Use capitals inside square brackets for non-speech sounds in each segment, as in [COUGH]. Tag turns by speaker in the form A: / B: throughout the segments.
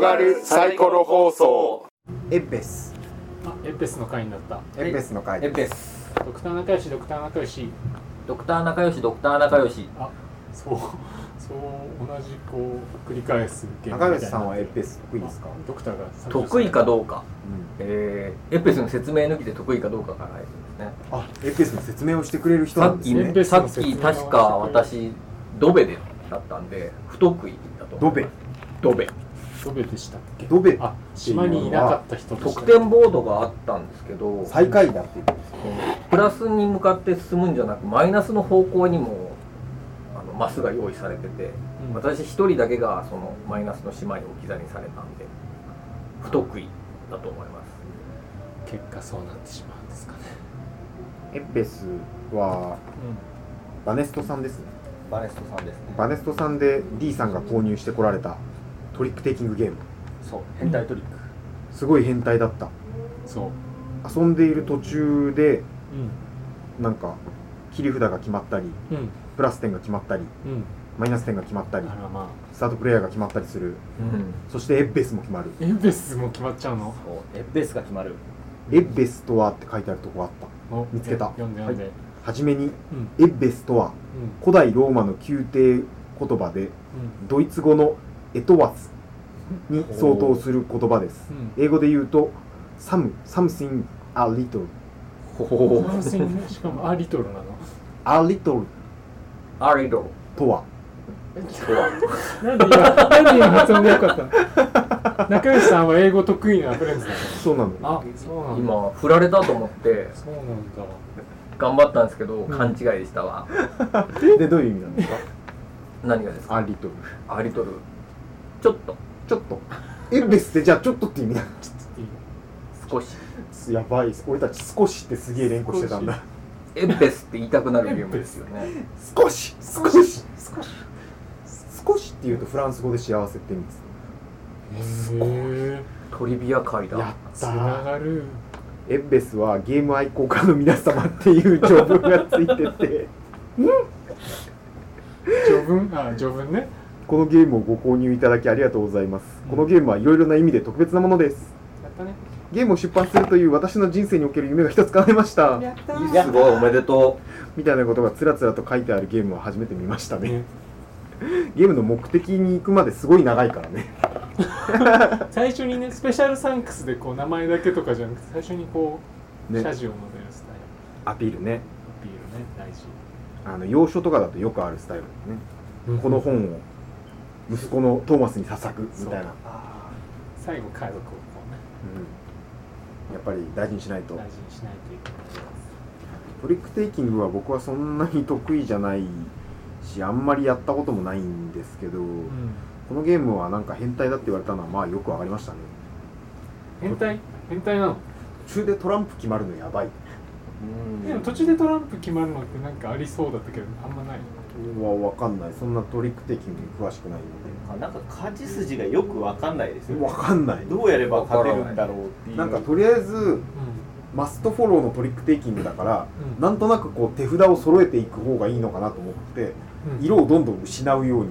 A: がるサイコロ放送
B: エッベス
C: あエッペスの会になった
B: エッベスの回
D: エッペ
B: です
D: ス
C: ドクター仲良しドクター仲良し
D: ドクター仲良しドクター仲良し
C: あそうそう同じこう繰り返す現
B: 中吉さんはエッベス得意ですか、
C: ドクターが削除された
D: 得意かどうか
B: うん、
D: えー、エッペスの説明抜きで得意かどうか考えるんですね
B: あエッベスの説明をしてくれる人
D: さ
B: な
D: っ
B: んです
D: き、
B: ね
C: ね
D: さっき確か私ドベでだったんで不得意だと
B: ドベ
D: ドベ
C: ドベでしたっけ
B: ドベ
C: あ島にいなかった人でした
D: 得点ボードがあったんですけど
B: 最下位だっていう
D: プラスに向かって進むんじゃなくマイナスの方向にもあのマスが用意されてて
C: うん
D: 私一人だけがそのマイナスの島に置き去りにされたんで不得意だと思います
C: 結果そうなってしまうんですかね、
B: エッベスはバネストさんですね
D: バネストさんですね
B: バネストさんで D さんが購入してこられたトリックテイキングゲーム
D: そう
C: 変態
D: トリック
B: すごい変態だった
C: そう、
B: 遊んでいる途中で
C: うん
B: なんか切り札が決まったり
C: うん
B: プラス点が決まったり
C: うん、
B: マイナス点が決まったり
C: あらま
B: スタートプレイヤーが決まったりする
D: うん
B: そしてエッベスも決まる
C: あエンベスも決まっちゃうの
D: そうエッペスが決まる
B: エッベスとはって書いてあるとこあった
C: お
B: 見つけた
C: 読んで読んで、
B: はじめに
C: うんうん
B: エッベスとは古代ローマの宮廷言葉でドイツ語のエトワスに相当する言葉です
C: うんうん
B: 英語で言うと some something a little
D: ほほほ
C: 斬新ねしかもあリトルなの
B: a little
D: アリド
B: とは
C: なんで今なんで今発音でよかったの仲良しさんは英語得意なフレンズだか
B: そうなの
C: らあそうなんだ
D: 今振られたと思って
C: そうなんだ
D: 頑張ったんですけど
C: ん
D: 勘違いでしたわ
B: でどういう意味なんですか
D: 何がですか
B: アリトル
D: アリドルちょっと
B: ちょっとエッベスってじゃあちょっとって意味なん
C: ちょっ
D: 少
C: といい
D: し
B: ですやばい俺たち少しってすげえ連呼してたんだ
D: エッペスって言いたくなるゲームですよね
B: 少し少し少し少しっていうとフランス語で幸せって意味です
C: へえ
D: トリビア界だ
B: やっ
C: つ
B: た
C: な
B: ー
C: がる
B: エッベスはゲーム愛好家の皆様っていう条文がついてて
C: 序文あ序文ね
B: このゲームをご購入いただきありがとうございますこのゲームはいろいろな意味で特別なものです
C: やったね
B: ゲームを出版するという私の人生における夢が一つ叶いました
C: った
D: すごいおめでと
B: みたいなことがつらつらと書いてあるゲームを初めて見ましたね
C: ね
B: ゲームの目的に行くまですごい長いからね
C: 最初にねスペシャルサンクスでこう名前だけとかじゃなくて最初にこう、
B: ね
C: 謝辞を述べるスタイ
B: アピールね
C: ルアピールね大事
B: あの洋書とかだとよくあるスタイルだよねこの本を息子のトーマスに捧ぐみたいな、
C: 最後家族をこうね
B: うんやっぱり大事にしないと
C: 大事にしないといけない
B: トリックテイキングは僕はそんなに得意じゃないしあんまりやったこともないんですけど、
C: うん
B: このゲームはなんか変態だって言われたのはまあよくわかりましたね
C: 変態変態なの
B: 途中でトランプ決まるのやばい
C: でも途中でトランプ決まるのってなんかありそうだったけどあんまない
B: はわかんないそんなトリックテイキングに詳しくないん
E: あなんか勝ち筋がよくわかんないですよ
B: で
E: ね
B: わかんない
E: どうやれば勝てるんだろうっていう
B: なんかとりあえず
C: う
B: マストフォローのトリックテイキングだから、
C: うん
B: なんとなくこう手札を揃えていく方がいいのかなと思って
C: んうん
B: 色をどんどん失うように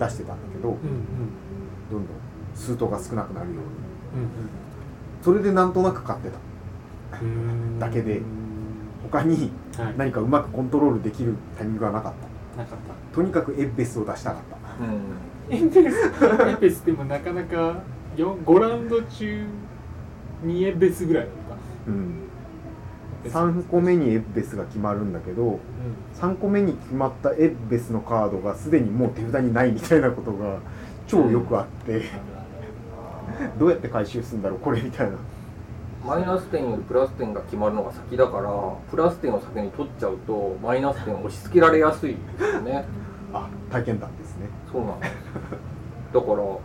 B: 出してたんだけど、
C: うんうん
B: どんどん数頭が少なくなるように
C: うん
B: それでなんとなく買ってた
C: うん
B: だけで
C: うん
B: 他に
C: はいな
B: 何かうまくコントロールできるタイミングはなかった
C: なかった
B: とにかくエッベスを出したかった
D: う、うん、
C: エンペスエンペスでもなかなかよ5ラウンド中2エンペスぐらいだった
B: うん3個目にエッベスが決まるんだけど
C: う
B: 3個目に決まったエッベスのカードがすでにもう手札にないみたいなことが超よくあって、
C: んあるある
B: どうやって回収するんだろうこれみたいな
D: マイナス点よりプラス点が決まるのが先だからプラス点を先に取っちゃうとマイナス点を押し付けられやすいですよ [LAUGHS] ね
B: あ体験談ですね
D: そうなんですだから
C: うん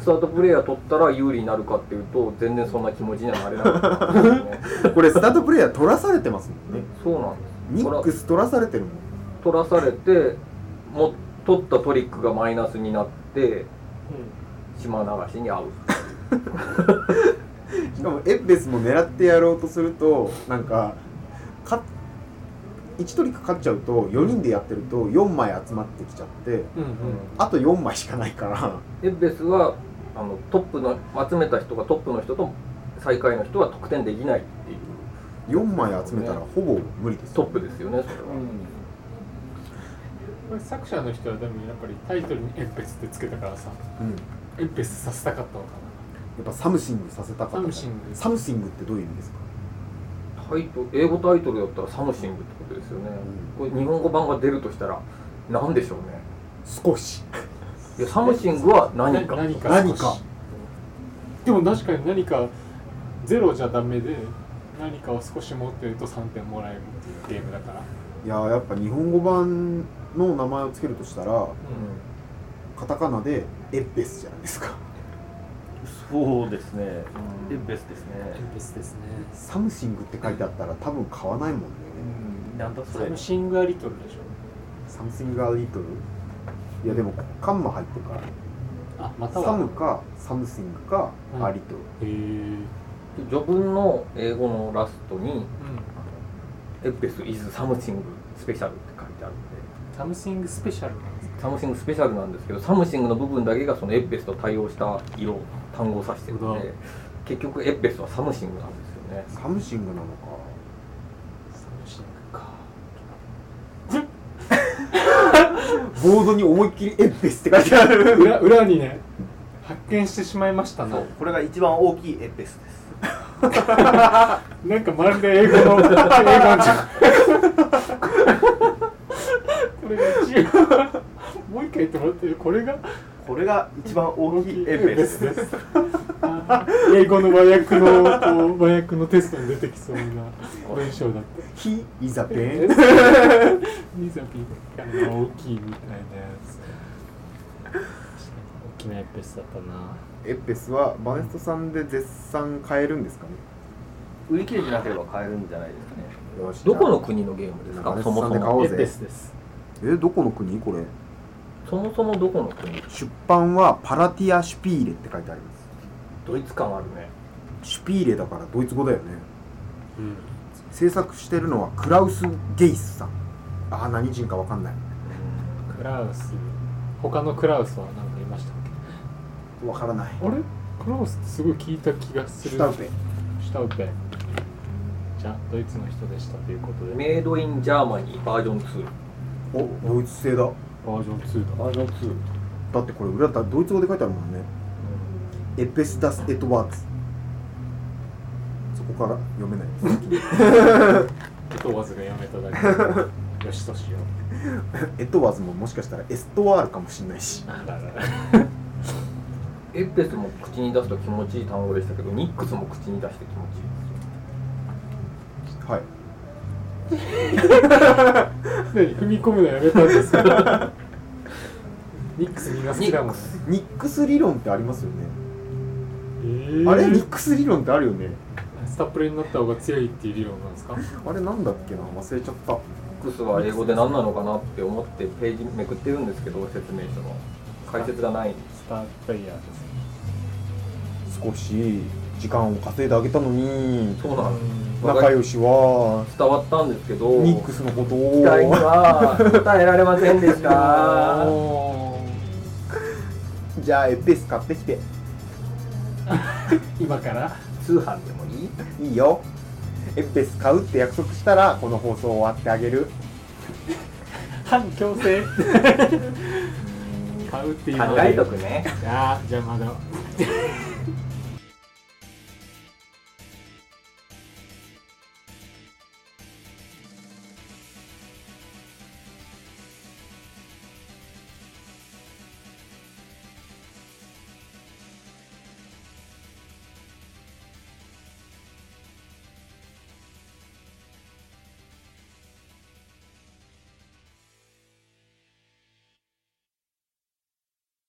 D: スタートプレイヤー取ったら有利になるかっていうと全然そんな気持ちにはなれなかったんですよね
B: これスタートプレイヤー取らされてますもんね
D: そうなんです
B: ニックス取らされてるもん
D: 取らされても取ったトリックがマイナスになって島流しに合う
B: しかもエッベスも狙ってやろうとするとなんかか1トリック勝っちゃうと4人でやってると4枚集まってきちゃって
C: うんうん
B: あと4枚しかないから
D: エッベスはあのトップの集めた人がトップの人と最下位の人は得点できないっていう
B: 4枚集めたらほぼ無理です
D: トップですよねそれは、
C: これ作者の人はでもやっぱりタイトルに「エンペス」ってつけたからさ
B: うん、や
C: エンペスさせたかったのか
B: っぱサムシングさせたかった
C: なサムシング
B: サムシングってどういう意味ですか
D: タイト英語タイトルだったら「サムシング」ってことですよね、これ日本語版が出るとしたら何でしょうね
B: 少し
D: いやサムシングは何か
C: 何か
B: 何か
C: でも確かに何かゼロじゃダメで何かを少し持ってると3点もらえるっていうゲームだから
B: いやーやっぱ日本語版の名前をつけるとしたら
D: う
B: カタカナでエッペスじゃないですか
E: そうですね
D: ん
E: エンペスですね
C: ペスですね
B: サムシングって書いてあったら多分買わないもんね、
E: なんだそ
C: サ
E: れ
C: ムシングアリトルでしょ
B: サムシングアリトルいやでもカンマ入ってるから
C: あまた
B: サ
C: は
B: ムかサムシングか
C: うん
B: アリトル、
C: へえ
D: ん序文の英語のラストに「エッペス is something special」って書いてあるんで
C: サムシングスペシャルなんですか
D: サムシングスペシャルなんですけどサムシングの部分だけがそのエッペスと対応した色単語を指してるの
C: う
D: で結局エッペスはサムシングなんですよね
B: サムシングなのか
C: サムシングか
B: ボードに思いっきりエッペスって書いてある
C: 裏裏にね発見してしまいました
E: そ
C: な
E: うこれが一番大きいエンペスです
C: なんかまるで英語の英語じゃんこれが一番もう一回言ってもらってこれが
E: これが一番大きいエンペス
B: [LAUGHS]
E: です
C: す。英語の和訳のこう和訳のテストに出てきそうな文章だった。
B: He is a
C: え
B: pen
C: ニザピッカの大きいみたいなやつ。大きなエペスだったな。
B: エッペスはバネストさんで絶賛買えるんですかね
E: 売り切れてなければ買えるんじゃないですかね
B: よし
D: どこの国のゲームです
B: バ
D: か
B: ネス
D: そも
B: トさんで
D: そ
B: 買お
D: も
B: う
C: エペ
B: ぜ
C: スです。
B: えどこの国これ
D: そもそもどこの国
B: 出版はパラティア・シュピーレって書いてありま
D: ドイツ感あるね
B: すシュピーレだからドイツ語だよね
C: うん。
B: 制作してるのはクラウス・ゲイスさんああ何人かわかんない
C: クラウス。他のクラウスは何かいましたっ
B: わからない
C: け？あれ？クラウスってすごい聞いた気がする。
B: シュタウペ
C: シュタウペ。じゃあドイツの人でしたということで。
D: メイドインジャーマニーバージョン2
B: おドイツ製だ
C: バージョン2だ。
D: バージョン2
B: だってこれ裏だったらドイツ語で書いてあるもんねエペスダス・エトワーツそこから読めない [LAUGHS] です
C: とわずがやめただけ。
B: [LAUGHS]
C: よしとしよう。
B: エトワーズももしかしたらエストワールかもしれないし
D: エッペスも口に出すと気持ちいい単語でしたけどニックスも口に出して気持ちいい
B: はい
C: 何踏み込むのやめたんですかニックスみんな好きだもんね、
B: ニックス理論ってありますよね、
C: えー
B: あれニックス理論ってあるよね
C: スタプレになった方が強いっていう理論なんですか
B: あれなんだっけな忘れちゃった
D: ニックスは英語で何なのかなって思ってページめくってるんですけど説明書の解説がないんで
C: スタープレイヤーです
B: 少し時間を稼いであげたのに
D: そうなんです
B: 仲良しは
D: 伝わったんですけど
B: ニックスのこと
D: 期
B: を
D: 待には答えられませんでした
B: じゃあエペス買ってきて
C: 今から
D: 通販でもいい
B: いいよエペス買うって約束したらこの放送終わってあげる
C: 反強制買うっていうの
D: 考
C: で
D: えとくね
C: じゃあじゃあまだ